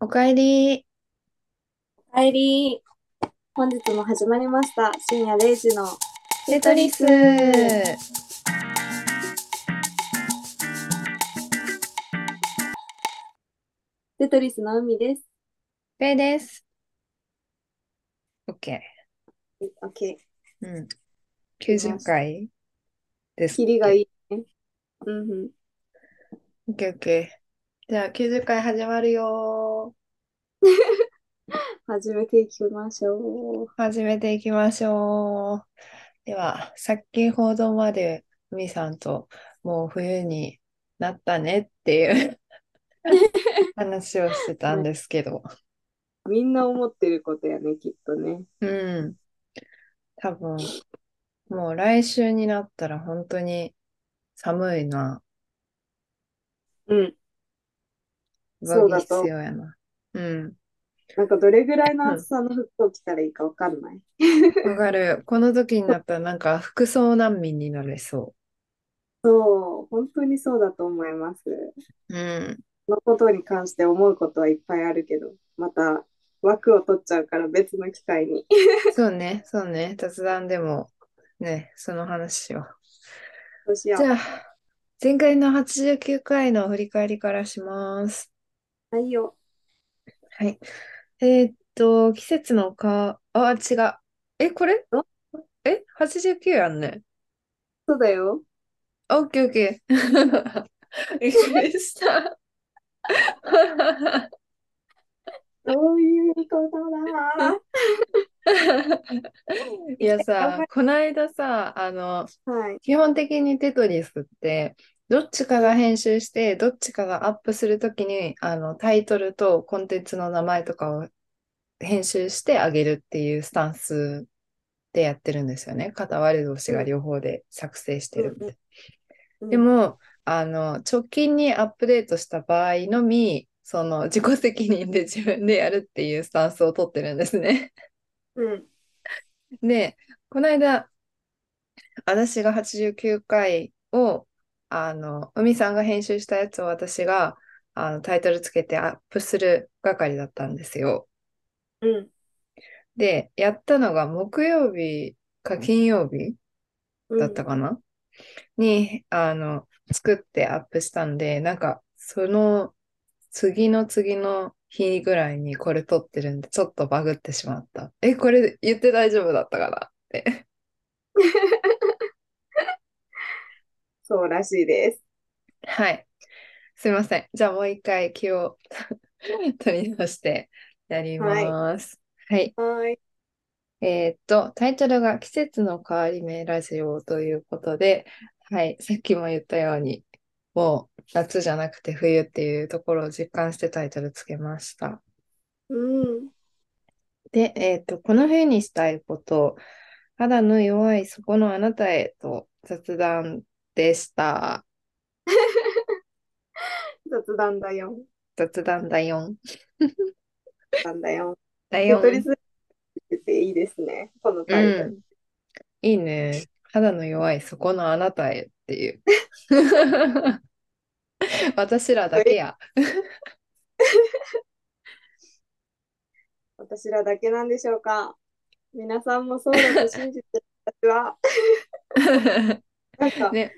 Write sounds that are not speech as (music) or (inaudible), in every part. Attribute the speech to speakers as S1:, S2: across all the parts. S1: おかえり。
S2: おかえり。本日も始まりました。深夜0時の
S1: テトリス。
S2: テトリスの海です。
S1: ペイです。オッケ
S2: オッケ
S1: ー。うん。90回です
S2: ー。
S1: っ
S2: キリが
S1: け
S2: いいね。うんうん。
S1: オッケーオッケー。じゃあ90回始まるよ
S2: 始めていきましょう。
S1: ー。始めていきましょう。では、先ほどまで海さんともう冬になったねっていう (laughs) 話をしてたんですけど。
S2: みんな思ってることやね、きっとね。
S1: うん。多分、もう来週になったら本当に寒いな。
S2: うん。
S1: 上
S2: そう
S1: 着
S2: だと
S1: 必要やな。うん。
S2: なんかどれぐらいの暑さの服を着たらいいかわかんない。
S1: わかる。この時になったらなんか服装難民になれそ
S2: そう、本当にそうだと思います。
S1: う。うん。
S2: このことに関して思うことはいっぱいあるけど、また枠を取っちゃうから別の機会に。
S1: そうね、そうね。雑談でも、ね、その話しよ
S2: どうし
S1: う。
S2: よ
S1: じゃあ、前回の89回の振り返りからします。
S2: う。はいよ。
S1: はい。えーっと、季節のか、あ、違う。え、これ
S2: お
S1: え、89やんね。
S2: そうだ (laughs) よ。
S1: あオッケーオッケー。 (laughs) びっくりした。 (laughs)
S2: そういうことだ。
S1: い (laughs) やさ、こないださ、あの、
S2: (laughs) はい。
S1: 基本的にテトリスって、どっちかが編集して、どっちかがアップするときに、あの、タイトルとコンテンツの名前とかを編集してあげるっていうスタンスでやってるんですよね。片割れ同士が両方で作成してるみたいな。でも、あの、直近にアップデートした場合のみ、その自己責任で自分でやるっていうスタンスを取ってるんですね。
S2: うん、
S1: で、この間、私が89回を、あの、海さんが編集したやつを私があのタイトルつけてアップする係だったんですよ。
S2: うん、
S1: で、やったのが木曜日か金曜日
S2: うん。
S1: だったかな、に、あの、作ってアップしたんで、なんか、その次の次の日ぐらいにこれ撮ってるんで、ちょっとバグってしまった。え、これ言って大丈夫だったかなって。
S2: そうらしいです。
S1: はい。すいません。じゃあもう一回気を (laughs) 取り直してやります。はい。
S2: はい。
S1: えーっと、タイトルが季節の変わり目ラジオということで、はい、さっきも言ったように、もう夏じゃなくて冬っていうところを実感してタイトルつけました。
S2: うん、
S1: で、えーっと、この冬にしたいこと、肌の弱いそこのあなたへと雑談でした。
S2: 雑談だよ。
S1: 雑談だよ。
S2: 雑談だよ。
S1: だ
S2: テ
S1: よ。
S2: トリスってていいですね。このタイトル。
S1: いいね。肌の弱いそこのあなたへって
S2: (laughs)
S1: いう。私らだけや。
S2: 私らだけなんでしょうか。皆さんもそうだと信じてる私 (laughs) は、なんか、
S1: ね。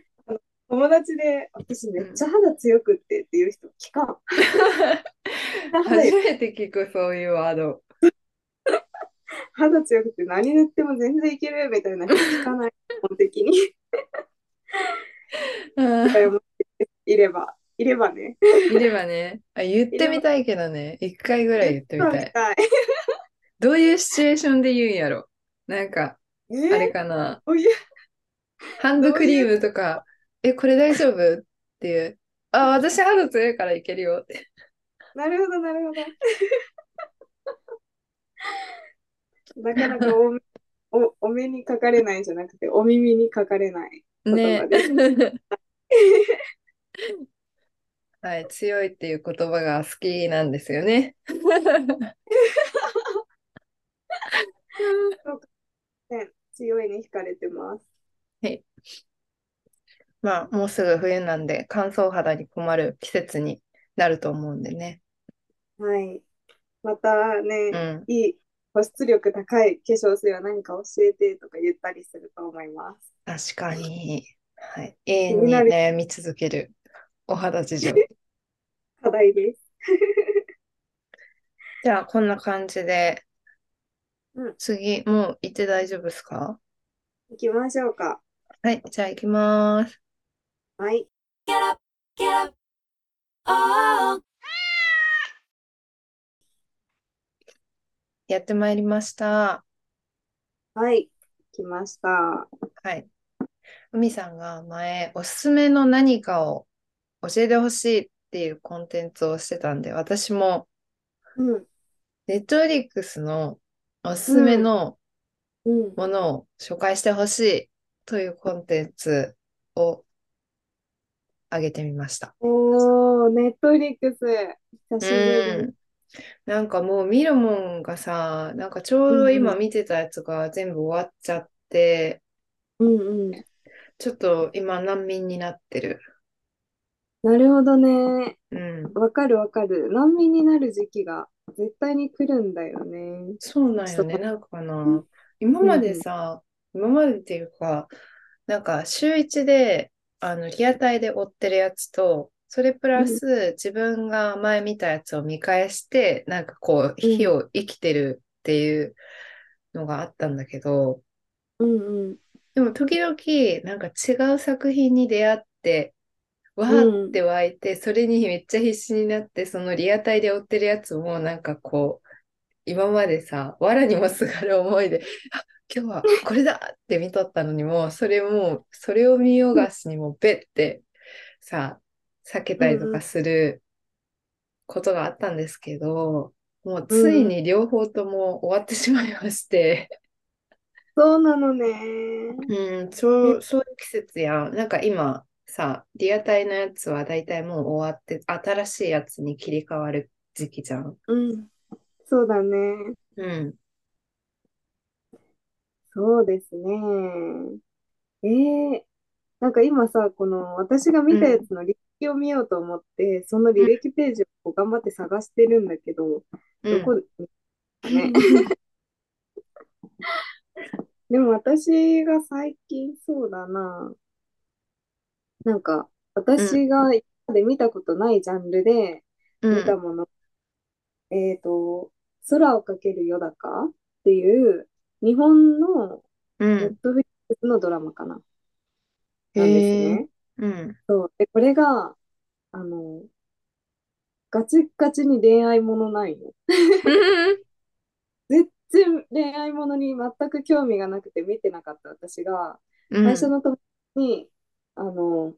S2: 友達で、私めっちゃ肌強くってっていう人聞か (laughs) ん。
S1: 初めて聞くそういうワード。
S2: 肌強くて何塗っても全然いけるみたいな人聞 (laughs) かない。基本的に。いれば、いればね。
S1: いればね。あ、言ってみたいけどね。一回ぐらい言ってみた
S2: いれ
S1: い。
S2: ば見たい。
S1: どういうシチュエーションで言うんやろ。なんか、
S2: え
S1: あれかな。
S2: こういう
S1: ハンドクリームとか、え、これ大丈夫っていう。あ、私肌強いからいけるよって。
S2: なるほど、なる (laughs) ほど。なかなかお目おお目にかかれないじゃなくて、お耳にかかれ (laughs) ない。
S1: ね
S2: 言葉です。
S1: はい、強いっていう言葉が好きなんですよね。
S2: 強いに惹かれてます。
S1: (laughs) まあ、もうすぐ冬なんで、乾燥肌に困る季節になると思うんでね。
S2: はい。またね、
S1: うん。
S2: いい保湿力高い化粧水は何か教えてとか言ったりすると思います。
S1: 確かに。はい。永遠に悩み続けるお肌事 (laughs) 情。
S2: 課題です。
S1: じゃあ、こんな感じで
S2: うん、
S1: 次、もう行って大丈夫ですか
S2: 行きましょうか。
S1: はい、じゃあ行きます。
S2: はい。
S1: やってまいりました。
S2: はい。来ました。
S1: はい。海さんが前、おすすめの何かを教えてほしいっていうコンテンツをしてたんで、私も
S2: うん。
S1: ネットフリックスのおすすめの
S2: うん。
S1: ものを紹介してほしいというコンテンツを上げてみました。
S2: おー、ネットフリックス。久しぶり
S1: う
S2: に。
S1: ん。なんかもう見るもんがさ、なんかちょうど
S2: うん
S1: 今
S2: うん
S1: 見てたやつが全部終わっちゃって、
S2: うんうん。
S1: ちょっと今難民になってる。
S2: なるほどね。
S1: うん。
S2: わかるわかる。難民になる時期が絶対に来るんだよね。
S1: そうなんよね。
S2: そう
S1: なんかな
S2: うん、
S1: 今までさ、今までっていうか、なんか週一で、あの、リアタイで追ってるやつと、それプラス自分が前見たやつを見返して、なんかこう、
S2: うん
S1: 日を生きてるっていうのがあったんだけど、
S2: うんうん。
S1: でも時々なんか違う作品に出会ってわ
S2: うん
S1: ーって湧いて、それにめっちゃ必死になってそのリアタイで追ってるやつもなんかこう今までさ藁にもすがる思いであ今日はこれだって見とったのにもそれもそれを見よがしにもべってさ避けたりとかすることがあったんですけど、もうついに両方とも終わってしまいまして。
S2: そうなのね。
S1: うん、そう、そういう季節やん。なんか今さ、リアタイのやつは大体もう終わって、新しいやつに切り替わる時期じゃん。
S2: うん。そうだね。
S1: うん。
S2: そうですね。えー、なんか今さ、この私が見たやつの履歴を見ようと思って、その履歴ページをこう頑張って探してるんだけど、
S1: う
S2: ど
S1: ん。
S2: こ、ね。でも私が最近そうだな。なんか、私が今まで見たことないジャンルで
S1: う
S2: 見た
S1: ん。
S2: もの。えっと、空をかける夜高っていう、日本の
S1: う
S2: ネッ
S1: ん。
S2: トフリックスのドラマかな。なん
S1: へ
S2: です
S1: え。
S2: ね。
S1: うん。
S2: そう。で、これが、あの、ガチッガチに恋愛ものないの。全然恋愛ものに全く興味がなくて見てなかった私が、
S1: うん。
S2: 最初の友達に、あの、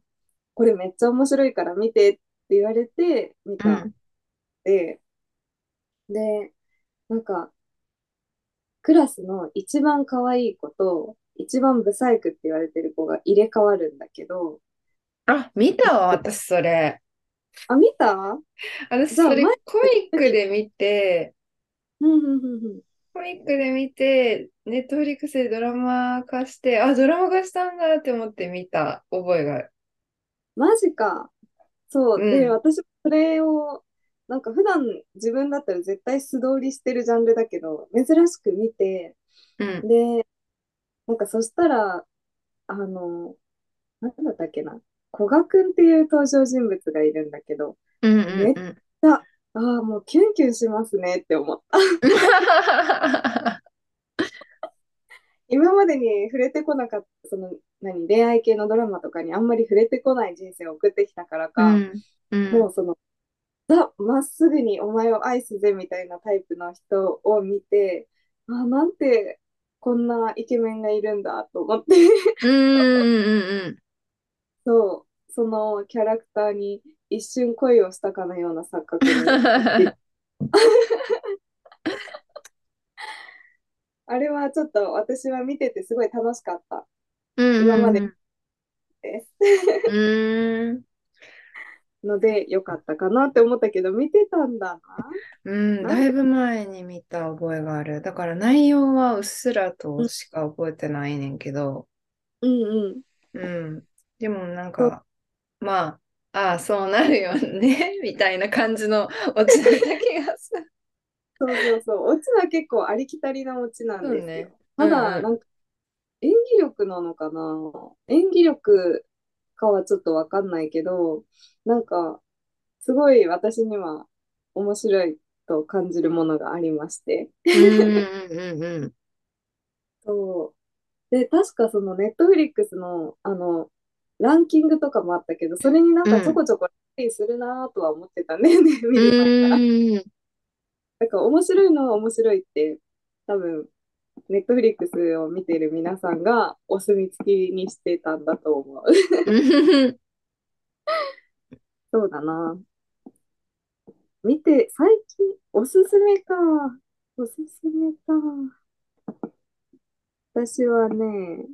S2: これめっちゃ面白いから見てって言われて見
S1: う
S2: たん
S1: ん。
S2: で、で、なんか、クラスの一番可愛い子と、一番ブサイクって言われてる子が入れ替わるんだけど、
S1: あ、見たわ、私それ。
S2: あ、見た
S1: 私
S2: じゃあ
S1: それ
S2: 前
S1: コミックで見て、
S2: うんうんうんうん。
S1: コミックで見て、ネットフリックスでドラマ化して、あ、ドラマ化したんだって思って見た覚えがある。
S2: マジか。そう。
S1: うん
S2: で、私もそれを、なんか普段自分だったら絶対素通りしてるジャンルだけど、珍しく見て、
S1: うん。
S2: で、なんかそしたら、あの、なんだったっけな、古賀くんっていう登場人物がいるんだけど、
S1: うんうん
S2: (laughs)
S1: うん。
S2: ああ、もうキュンキュンしますねって思った。今までに触れてこなかった、その、何、恋愛系のドラマとかにあんまり触れてこない人生を送ってきたから
S1: う
S2: か、
S1: んうん
S2: もうその、ザ・まっすぐにお前を愛すぜみたいなタイプの人を見て、あ、なんてこんなイケメンがいるんだと思って、
S1: うんうんうん
S2: そう、そのキャラクターに一瞬恋をしたかのような錯
S1: (laughs)
S2: 覚に。
S1: うん。
S2: あれはちょっと私は見ててすごい楽しかった
S1: 今
S2: までです。
S1: うん。
S2: ので、よかったかなって思ったけど、見てたんだな。
S1: うん、だいぶ前に見た覚えがある。だから内容はうっすらとしか覚えてないねんけど、
S2: うんうん。
S1: うん。でもなんか、ま (laughs) あ、ああ、そうなるよね、みたいな感じのオチだった気がする。
S2: そうそうそう。オチは結構ありきたりなオチなんですよ。
S1: そうね
S2: た
S1: うんう
S2: だ、
S1: ん
S2: なんか、演技力なのかな演技力かはちょっとわかんないけど、なんか、すごい私には面白いと感じるものがありまして。
S1: うんうんうん
S2: そう。で、確かそのネットフリックスの、あの、ランキングとかもあったけど、それになんかちょこちょこランクインするなとは思ってたんだよね、 (laughs) 見れば。
S1: うん。うん。
S2: なんか面白いのは面白いって、多分、ネットフリックスを見てる皆さんがお墨付きにしてたんだと思う。
S1: うん
S2: そうだな。見て、最近、おすすめか。おすすめか。私はね、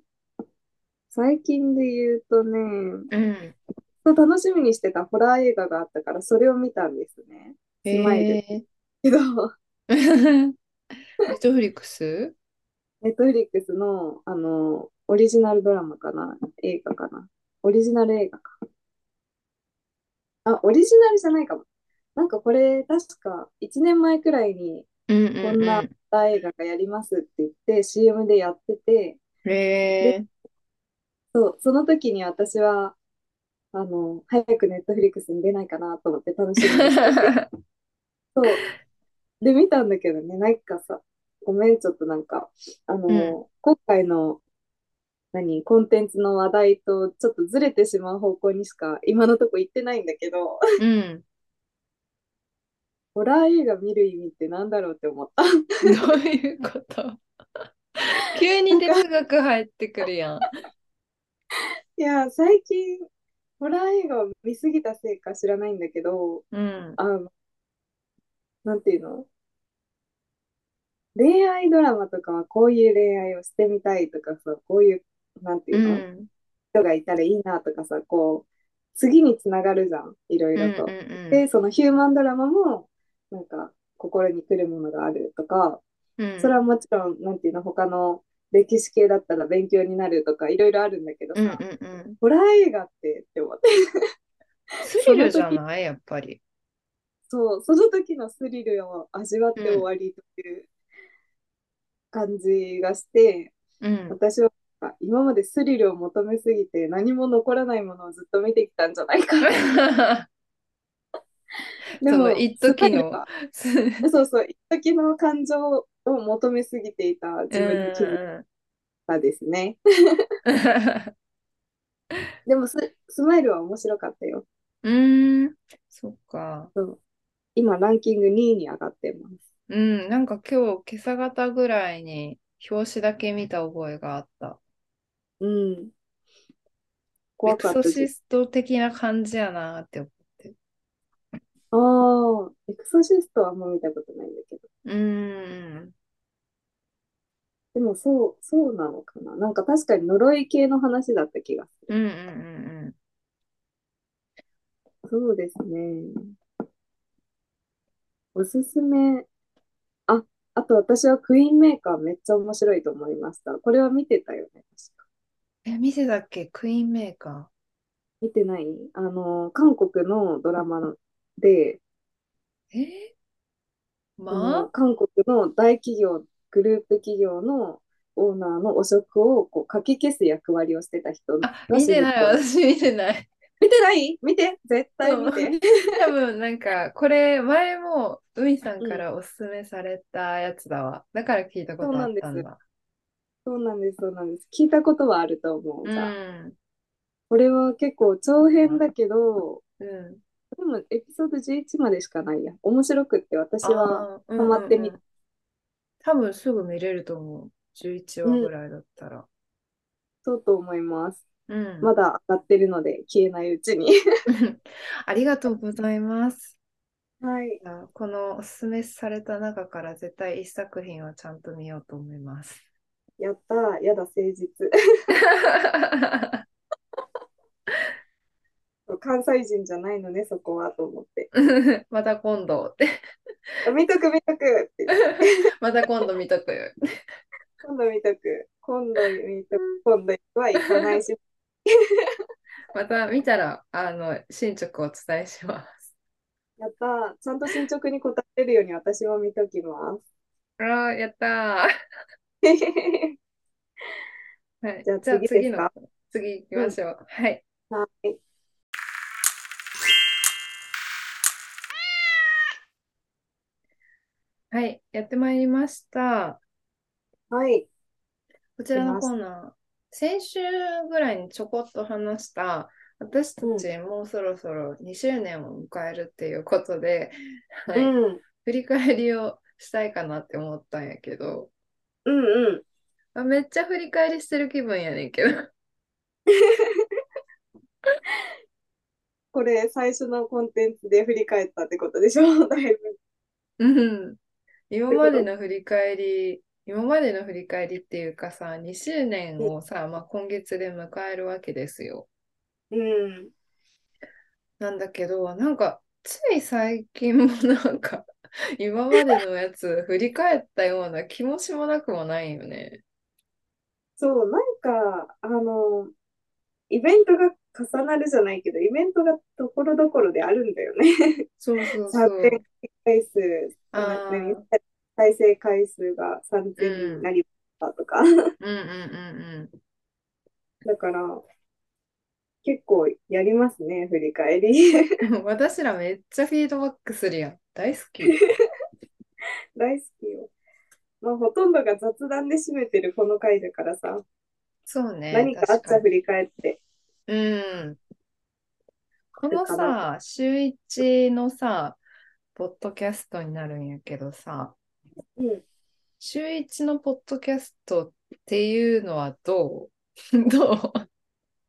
S2: 最近で言うとね、
S1: うん。
S2: 楽しみにしてたホラー映画があったから、それを見たんですね。スマイル。
S1: え
S2: けど、
S1: ー。 (laughs) ネットフリックス
S2: ネットフリックスの、あの、オリジナルドラマかな映画かなオリジナル映画か。あ、オリジナルじゃないかも。なんかこれ、確か1年前くらいに、
S1: うんう
S2: こ
S1: ん
S2: んな
S1: う
S2: 大映画がやりますって言って CM でやってて、
S1: ん。え
S2: そう、その時に私は、あの、早くネットフリックスに出ないかなと思って楽しみにしてて、
S1: ー。
S2: そう。で、見たんだけどね、なんかさ、ごめん、ちょっとなんか、あの、
S1: うん
S2: 今回の、何、コンテンツの話題とちょっとずれてしまう方向にしか今のとこ行ってないんだけど、 (laughs)
S1: うん。
S2: ホラー映画見る意味ってなんだろうって思った。 (laughs)
S1: どういうこと急に哲学入ってくるやん。
S2: いや、最近、ホラー映画を見すぎたせいか知らないんだけど、
S1: うん。
S2: あの、なんていうの恋愛ドラマとかはこういう恋愛をしてみたいとかさ、こういう、なんていううの、
S1: ん。
S2: 人がいたらいいなとかさ、こう、次につながるじゃん、いろい
S1: うんう
S2: ろ
S1: ん
S2: と。
S1: うん
S2: で、そのヒューマンドラマも、なんか、心に来るものがあるとか、
S1: うん
S2: それはもちろん、なんていうの、他の歴史系だったら勉強になるとか、いろいろあるんだけど
S1: うんうん
S2: さ、
S1: うん。
S2: ホラー映画ってって思って、
S1: スリルじゃないやっぱり。
S2: そう、その時のスリルを味わって終わりという感じがして、
S1: (laughs) うん。
S2: 私はなんか今までスリルを求めすぎて何も残らないものをずっと見てきたんじゃないかな。で
S1: (laughs) そ
S2: も、
S1: の一時の
S2: スパイが (laughs) そうそう、一時の感情を求めすぎていた自分に気づいたですね。でもス、スマイルは面白かったよ。
S1: うん。うん。そっか。
S2: 今、ランキング2位に上がってます。
S1: うん。なんか今日、今朝方ぐらいに表紙だけ見た覚えがあった。
S2: うん。
S1: エ
S2: 怖
S1: ク
S2: かっ
S1: ソ
S2: た
S1: シ
S2: し。
S1: スト的な感じやなって思って。
S2: ああ、エクソシストはあんま見たことないんだけど。
S1: うん。
S2: でも、そう、そうなのかな。なんか確かに呪い系の話だった気がす
S1: う
S2: る。
S1: んうんうんうん。
S2: そうですね。おすすめ。あ、あと私はクイーンメーカーめっちゃ面白いと思いました。これは見てたよね。確か
S1: え、見てたっけクイーンメーカ
S2: 見てないあの、韓国のドラマで、
S1: ー。えー
S2: あの、
S1: まあ
S2: 韓国の大企業、グループ企業のオーナーの汚職をこうかき消す役割をしてた人が
S1: あ、見てない。
S2: 主人公
S1: 私見てない。 (laughs)
S2: 見てない見て絶対見て。
S1: 多分なんかこれ前も海さんからおすすめされたやつだわ。だから聞いたことあったんだ。
S2: そうなんです、そうなんです。聞いたことはあると思う。
S1: う
S2: じゃあ
S1: ん。
S2: これは結構長編だけど、
S1: うん。
S2: でもエピソード11までしかないや。面白くって私は
S1: あー、うん
S2: ハマって
S1: うんう
S2: み
S1: ん。多分すぐ見れると思う。11話ぐらいだったら。
S2: そうと思います。
S1: うん。
S2: まだ上がってるので消えないうちに。
S1: (laughs) ありがとうございます。
S2: はい。
S1: いやこのおすすめされた中から絶対一作品はちゃんと見ようと思い (laughs) ます。
S2: やったー。やだ、誠実。 (laughs) 関西人じゃないのね、そこはと思って。
S1: また今度 (laughs) って。
S2: 見とく、見とくって。
S1: また今度見とくよ。
S2: 今度見とく。今度見とく。今度は行かないし。
S1: また見たら、あの、進捗をお伝えします。
S2: やったー。ちゃんと進捗に答えれるように私も見ときます。
S1: ああ、やったー。はい、
S2: じゃあ
S1: じゃあ
S2: 次
S1: 次
S2: です
S1: の
S2: か、
S1: 次行きましょう。はい。
S2: はい。
S1: はい、やってまいりました。
S2: はい。
S1: こちらのコーナー、先週ぐらいにちょこっと話した、私たちもうそろそろ2周年を迎えるっていうことで、はい、
S2: うん。
S1: 振り返りをしたいかなって思ったんやけど、
S2: うんうん。
S1: あめっちゃ振り返りしてる気分やねんけど。 (laughs)
S2: これ、最初のコンテンツで振り返ったってことでしょ (laughs) だいぶ。
S1: うん今までの振り返り、今までの振り返りっていうかさ、2周年をさ、まあ、今月で迎えるわけですよ。
S2: うん。
S1: なんだけど、なんか、つい最近もなんか、 (laughs) 今までのやつ振り返ったような気もしもなくもないよね。
S2: そう、なんか、あの、イベントが重なるじゃないけど、イベントがところどころであるんだよね。 (laughs)
S1: そうそうそ
S2: 再
S1: う。
S2: 生回数、
S1: あー
S2: (laughs) 再生回数が3000になりましたとか。
S1: うんうんうん
S2: だから、結構やりますね、振り返り。 (laughs)
S1: うん。で (laughs) も私らめっちゃフィードバックするやん。大好き。
S2: 大好きよ。まあ、ほとんどが雑談で占めてるこの回だからさ、
S1: そうね。
S2: 何かあっ
S1: 確
S2: ちゃ
S1: かに
S2: 振り返って。
S1: うん。この
S2: これか
S1: さ、週一のさ、ポッドキャストになるんやけどさ、
S2: うん。
S1: 週一のポッドキャストっていうのはどう (laughs) どう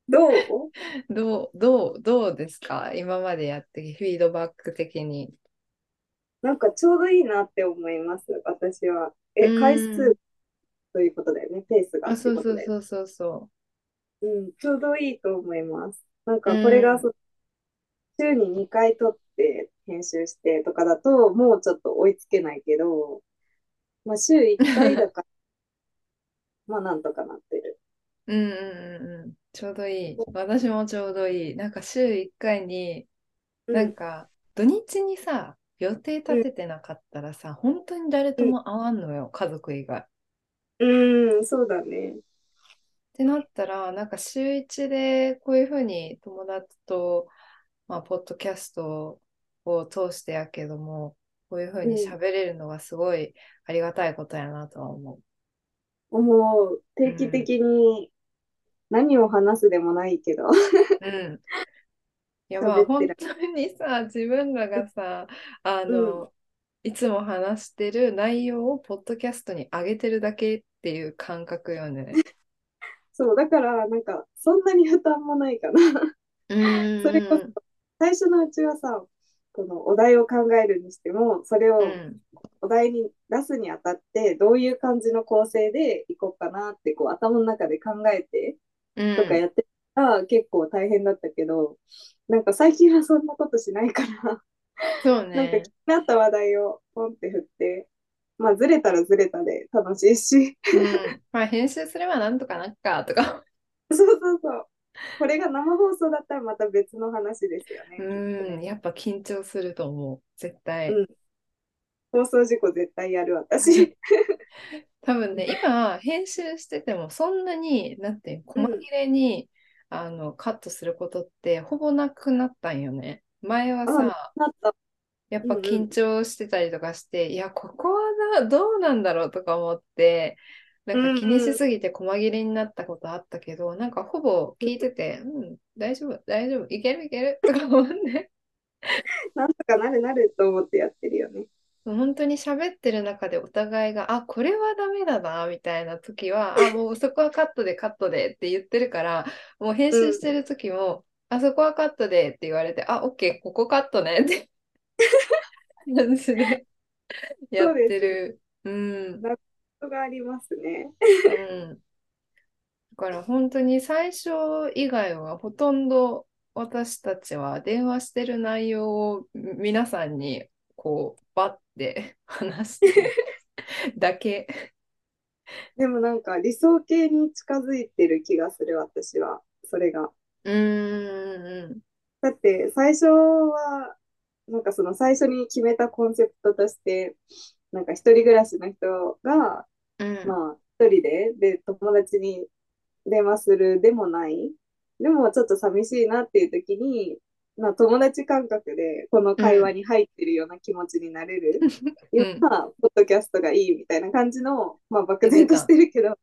S2: どう
S1: どう、どう、どうですか今までやってきフィードバック的に。
S2: なんかちょうどいいなって思います、私は。え
S1: う、ん
S2: 回数ということだよね、ペースが
S1: あ、
S2: って
S1: そ
S2: いう
S1: う
S2: こ
S1: そ
S2: と
S1: う
S2: だよね。
S1: そうそうそ
S2: うん、ちょうどいいと思います。なんか
S1: うん
S2: これがそ週に2回撮って編集してとかだと、もうちょっと追いつけないけど、まあ週1回だから、 (laughs) まあなんとかなってる。
S1: う。うんうんうんうん。ちょうどいい。私もちょうどいい。なんか週1回に、
S2: う
S1: なん
S2: ん、
S1: か土日にさ、予定立ててなかったらさ、本当に誰とも会わんのよ、家族以外。っ
S2: うん、そうだね。
S1: てなったら、なんか週1でこういうふうに友達と、まあ、ポッドキャストを通してやけども、こういうふうに喋れるのがすごいありがたいことやなとは思う。
S2: 思う。定期的に何を話すでもないけど。 (laughs)
S1: うん。いや
S2: 喋
S1: まあ
S2: っ
S1: 本
S2: てら
S1: 当にさ自分らがさあの、いつも話してる内容をポッドキャストに上げてるだけっていう感覚よね。
S2: そう、だからなんかそんなに負担もないかな。
S1: うん
S2: (laughs) それこそ最初のうちはさ、このお題を考えるにしても、それを
S1: うん
S2: お題に出すにあたって、どういう感じの構成でいこうかなってこう頭の中で考えて
S1: うん
S2: とかやってたら結構大変だったけど、なんか最近はそんなことしないから。
S1: そう
S2: なんか気
S1: ね
S2: になった話題をポンって振って、まあずれたらずれたで楽しいし、 (laughs)
S1: うんまあ編集すればなんとかなっかとか
S2: そうそうそう。これが生放送だったらまた別の話ですよね。
S1: うんやっぱ緊張すると思う絶対
S2: うん放送事故絶対やる (laughs) 私。
S1: 多分ね今編集しててもそんなになんていうの
S2: うん
S1: 細切れに、あのカットすることってほぼなくなったんよね前はさ、
S2: なった。
S1: やっぱ
S2: うんうん
S1: 緊張してたりとかして、いや、ここはなどうなんだろうとか思って、なんか気にしすぎて細切れになったことあったけど、なんかほぼ聞いてて、うん、大丈夫、大丈夫、いけるいけるとか思って、
S2: なんとかなるなると思ってやってるよね。
S1: 本当に喋ってる中でお互いが、あ、これはダメだな、みたいな時は、あ、もうそこはカットでカットでって言ってるから、もう編集してる時も、あそこはカットでって言われて、あ、OK、ここカットねって (laughs) 感じでやってる。うん。
S2: ことがありますね。
S1: うんだから本当に最初以外はほとんど私たちは電話してる内容を皆さんにこうバッて (laughs) 話してるだけ。
S2: でもなんか理想形に近づいてる気がする私は。それが。
S1: うーん。
S2: だって最初はなんかその最初に決めたコンセプトとして、なんか一人暮らしの人が、
S1: うん
S2: まあ、一人で、で、友達に電話するでもない、でもちょっと寂しいなっていう時に、まあ、友達感覚でこの会話に入ってるような気持ちになれるような、ポッドキャストがいいみたいな感じの、まあ、漠然としてるけど、
S1: うん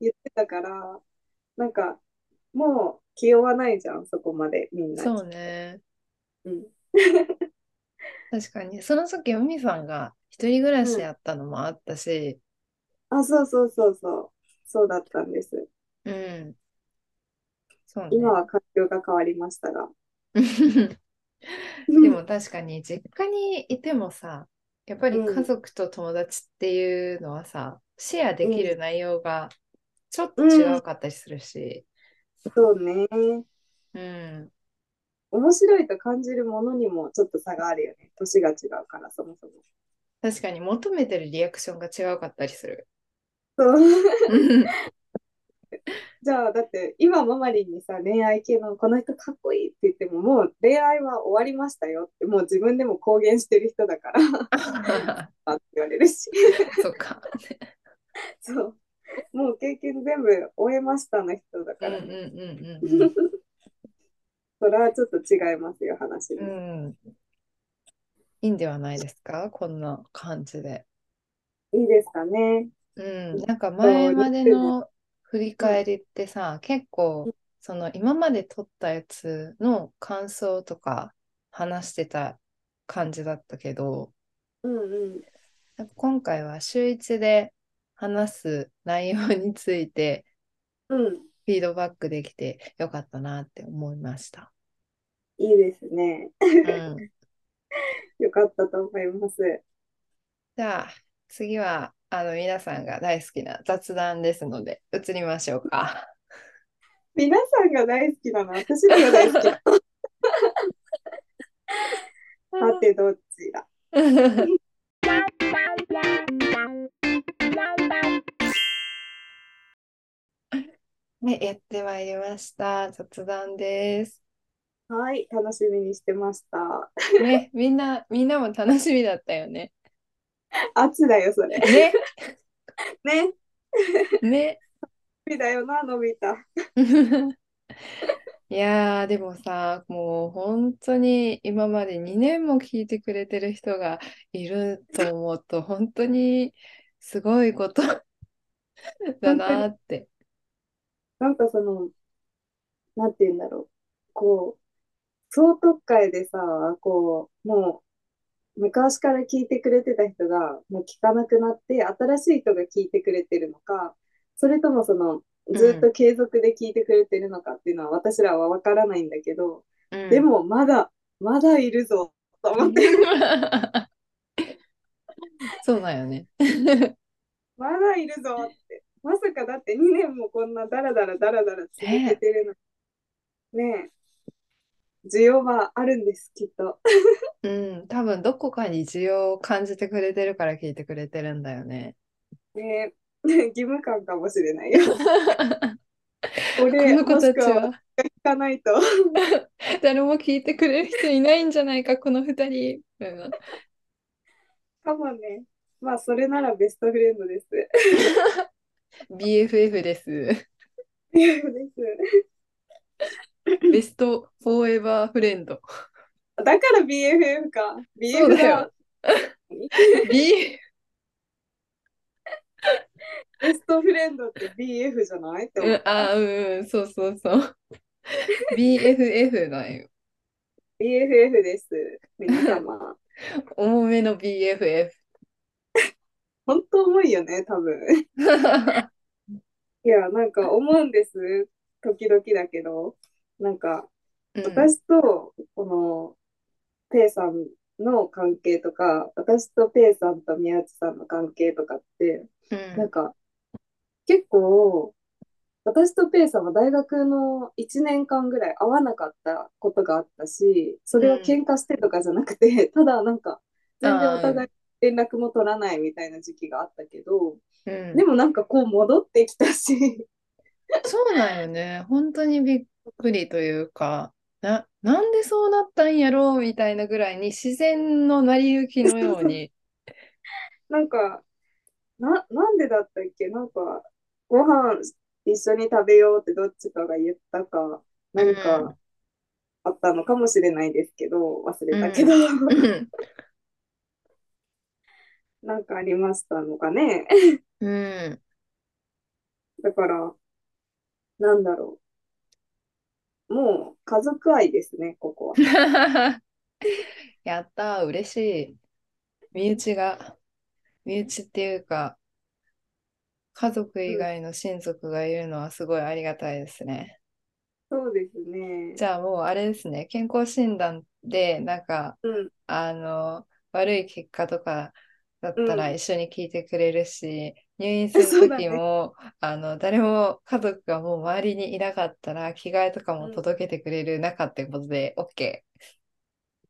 S2: 言ってたから、なんか、もう気負わないじゃん、そこまでみんな。
S1: そうね。
S2: うん。
S1: 確かに。その時、海さんが一人暮らしやったのもあったし、
S2: あ、そうそうそうそう。そうだったんです。
S1: うん。そうね。
S2: 今は環境が変わりましたが。
S1: でも確かに実家にいてもさ、やっぱり
S2: うん
S1: 家族と友達っていうのはさ、シェアできる内容がちょっと
S2: うん
S1: 違うかったりするし、
S2: (laughs) そうね。
S1: うん、
S2: 面白いと感じるものにもちょっと差があるよね。年が違うから、そもそも。
S1: 確かに求めてるリアクションが違うかったりする。
S2: そう。
S1: うん
S2: じゃあ、だって今、ママリンにさ、恋愛系のこの人かっこいいって言っても、もう恋愛は終わりましたよって、もう自分でも公言してる人だから、あって言われるし。
S1: (laughs) そっか。
S2: そう。もう経験全部終えましたの人だ
S1: う
S2: か
S1: ん
S2: ら、
S1: うん
S2: ね
S1: うんうんうん。
S2: それはちょっと違いますよ、話が。
S1: うん、いいんではないですかこんな感じで。
S2: いいですかね。
S1: うん、なんか前までの振り返りってさ、結
S2: う
S1: 構その今まで撮ったやつの感想とか話してた感じだったけど、
S2: うんうん。
S1: なんか今回は週一で話す内容について
S2: うん。
S1: フィードバックできてよかったなって思いました。
S2: いいですね。
S1: うん、
S2: よかったと思います。
S1: じゃあ次はあの皆さんが大好きな雑談ですので移りましょうか。
S2: 皆さんが大好きなの、私ら
S1: (laughs)
S2: が大好きなの。さて、どっちだ
S1: (laughs) はい、やってまいりました。雑談です。
S2: はい、楽しみにしてました。
S1: ね、みんな、みんなも楽しみだったよね。
S2: 熱だよ、それ。
S1: ね、
S2: ね。
S1: ね。 (laughs)
S2: 熱だよな、のび太。
S1: いやー、でもさ、もう本当に今まで2年も聞いてくれてる人がいると思うと、本当にすごいことだなーって。
S2: なんかその、なんて言うんだろう。こう、総特会でさ、こう、もう、昔から聞いてくれてた人が、もう聞かなくなって、新しい人が聞いてくれてるのか、それともその、ずっと継続で聞いてくれてるのかっていうのは、私らはわからないんだけど、
S1: うん
S2: でも、まだ、まだいるぞ、と思って、
S1: (laughs) そうだよね。
S2: まだいるぞって。まさかだって2年もこんなダラダラダラダラ続けてるの。ねえ。需要はあるんです、きっと。
S1: うん、多分どこかに需要を感じてくれてるから聞いてくれてるんだよね。
S2: ねえ、 (laughs) 義務感かもしれ
S1: (laughs)
S2: ないよ。
S1: こ
S2: 俺、
S1: の子
S2: も
S1: たち
S2: しくは
S1: は
S2: 聞かないと。
S1: 誰も聞いてくれる人いないんじゃないか、この二人。うん
S2: かもね。まあ、それならベストフレンドです。 (laughs)
S1: BFF です。
S2: です
S1: ベストフォーエバーフレンド。
S2: だから BFF か。
S1: そう
S2: BF
S1: だ
S2: だ
S1: よ。B
S2: ベストフレンドって BF じゃないって思
S1: うん
S2: っ、た。
S1: あ、うんうん、そうそうそう。BFF なんよ。
S2: BFF です。皆様。
S1: 重めの BFF。
S2: 本当重いよね、多分。いや、なんか思うんです。時々だけど。なんか、
S1: うん
S2: 私とこのペイさんの関係とか、私とペイさんと宮内さんの関係とかって、
S1: うん
S2: なんか結構、私とペイさんは大学の1年間ぐらい会わなかったことがあったし、それを喧嘩してとかじゃなくて、ただなんか全然お互い連絡も取らないみたいな時期があったけど、
S1: うん
S2: でもなんかこう戻ってきたし、
S1: そうだよね。本当にびっくりというか、な、なんでそうなったんやろうみたいなぐらいに自然の成り行きのように。
S2: なんか、な、なんでだったっけなんか、ご飯一緒に食べようってどっちかが言ったか、何
S1: う
S2: かあったのかもしれないですけど、忘れたけど、
S1: うん
S2: (laughs) なんかありましたのかね。
S1: うん、
S2: だから、なんだろう。もう家族愛ですね、ここは。
S1: やったー、嬉しい。身内が、身内っていうか、家族以外の親族がいるのはすごいありがたいですね。
S2: そうですね。
S1: じゃあもうあれですね、健康診断で、なんか、
S2: うん、
S1: あの、悪い結果とかだったら
S2: う
S1: 一緒に聞いてくれるし、入院する
S2: (laughs) そうだ
S1: 時
S2: ね
S1: も、あの、誰も家族がもう周りにいなかったら、着替えとかも
S2: うん
S1: 届けてくれる中ってことで、OK。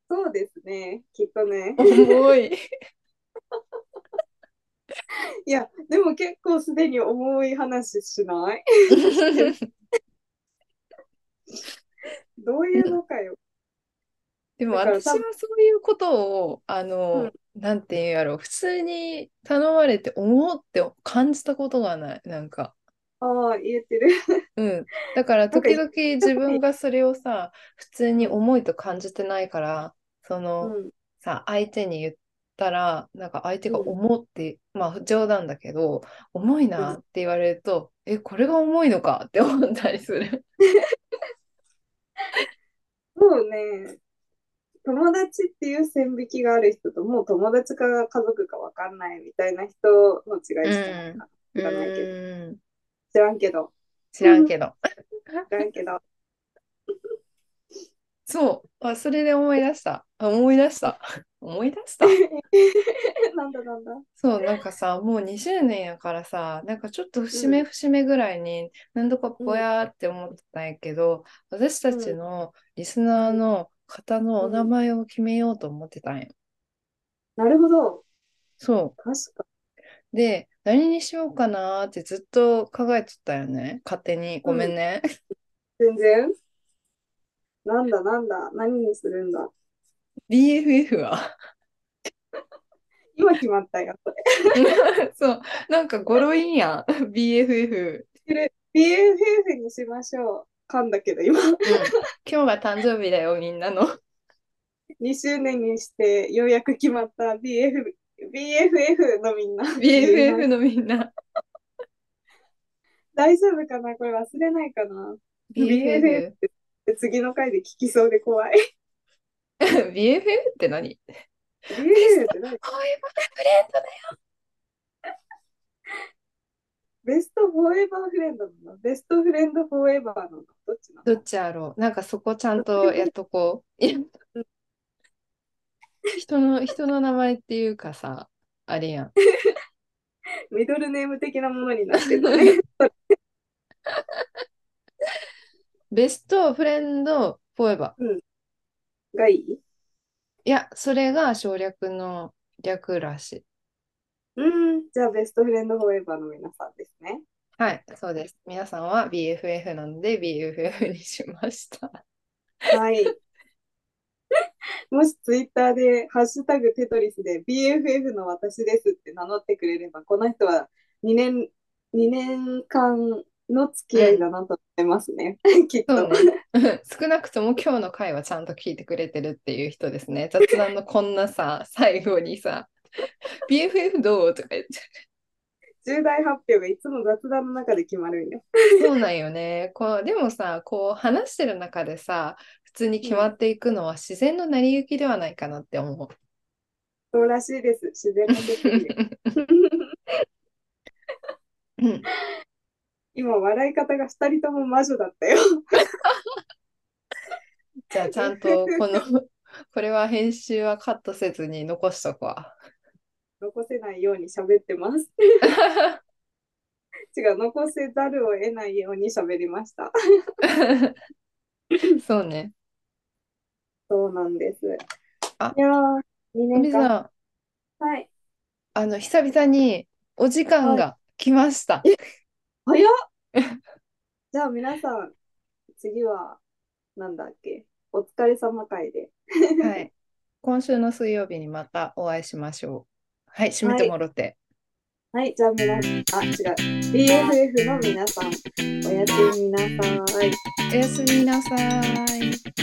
S2: そうですね、きっとね。
S1: 重い。
S2: いや、でも結構すでに重い話しないどういうのかよ。
S1: (laughs) でも
S2: だから
S1: 私
S2: 多
S1: は
S2: 分
S1: そういうことを、あの、なんていうんやろう、普通に頼まれて思うって感じたことがない、なんか。
S2: ああ、言えてる。
S1: うん。だから
S2: なんか
S1: 時々自分がそれをさ、普通に重いと感じてないから、その、
S2: うん、
S1: さ相手に言ったらなんか相手が重って、まあ冗談だけど重いなって言われると、えこれが重いのかって思ったりする
S2: そうね。友達っていう線引きがある人と、もう友達か家族か分かんないみたいな人の違いしかないか知らないけど。
S1: うん
S2: 知らんけど。
S1: 知らんけど
S2: 知らんけど。 (laughs)
S1: そうあそれで思い出したあ思い出した (laughs) 思い出した
S2: なんだなんだ。
S1: (laughs) そうなんかさもう20年やからさなんかちょっと節目節目ぐらいになんとかぼやーって思ってたんやけど、私たちのリスナーの方のお名前を決めようと思ってたんや、
S2: なるほど。
S1: そう
S2: 確か。
S1: で、何にしようかなーってずっと考えとったよね。勝手に。ごめんね。 (laughs)
S2: 全然。なんだなんだ。何にするんだ。
S1: BFF は (laughs)
S2: 今決まったよ。
S1: そう。なんか語呂いいやん。BFF。 (laughs)
S2: BFF にしましょう。噛んだけど今。
S1: 今日が誕生日だよ、みんな (laughs) の。
S2: 2周年にしてようやく決まった BF BFF のみんな。
S1: BFF のみんな。
S2: 大丈夫かなこれ忘れないかな BFF
S1: (laughs) BFF?BFF
S2: で次の回で聞きそうで怖
S1: (laughs)
S2: い。
S1: って何
S2: BFF って何
S1: こういうフレンドだよ。
S2: ベストフォーエバーフレンドなのベストフレンドフォーエバーなのどっちなの
S1: どっちやろう。なんかそこちゃんとやっとこ (laughs) う。いや人の、人の名前っていうかさ、あれやん。
S2: ミドルネーム的なものになってる
S1: (laughs)
S2: ね。
S1: (laughs) ベストフレンドフォーエバー。
S2: がいい
S1: いや、それが省略の略らしい。
S2: うん。じゃあベストフレンドフォーエバーの皆さんですね。
S1: はい、そうです。皆さんは BFF なので BFF にしました。 (laughs)
S2: はい。もしツイッターで「ハッシュタグテトリス」で BFF の私ですって名乗ってくれれば、この人は2年、2年間の付き合いだなと思いますね。 (laughs) きっ
S1: そ
S2: と。
S1: うね。 (laughs) 少なくとも今日の回はちゃんと聞いてくれてるっていう人ですね。雑談のこんなさ、最後にさ、BFF どうとか言って。
S2: 重大発表がいつも雑談の中で決まるんよ。
S1: (laughs) そうなんよね。こう、でもさ、こう話してる中でさ、普通に決まっていくのは自然の成り行きではないかなって (laughs) 思う。
S2: そうらしいです。自然な手首
S1: (laughs) うん
S2: 今、笑い方が2人とも魔女だったよ。
S1: じゃあちゃんとこの、 (laughs) これは編集はカットせずに残しとく (laughs) わ。
S2: 残せないように喋ってます。違う、残せざるを得ないように喋りました。
S1: そうね。
S2: そうなんです。
S1: あ
S2: いやー、2
S1: み
S2: 年
S1: さ
S2: 間。
S1: ん、
S2: はい。
S1: あの、久々にお時間が来ま (laughs) した。
S2: 早っじゃあ皆さん、次は、なんだっけお疲れ様会で。
S1: はい。今週の水曜日にまたお会いしましょう。はい、締めてもろて。
S2: はい、じゃあ村、あ、違う。BFF の皆さん、おやすみなさい。
S1: おやすみなさい。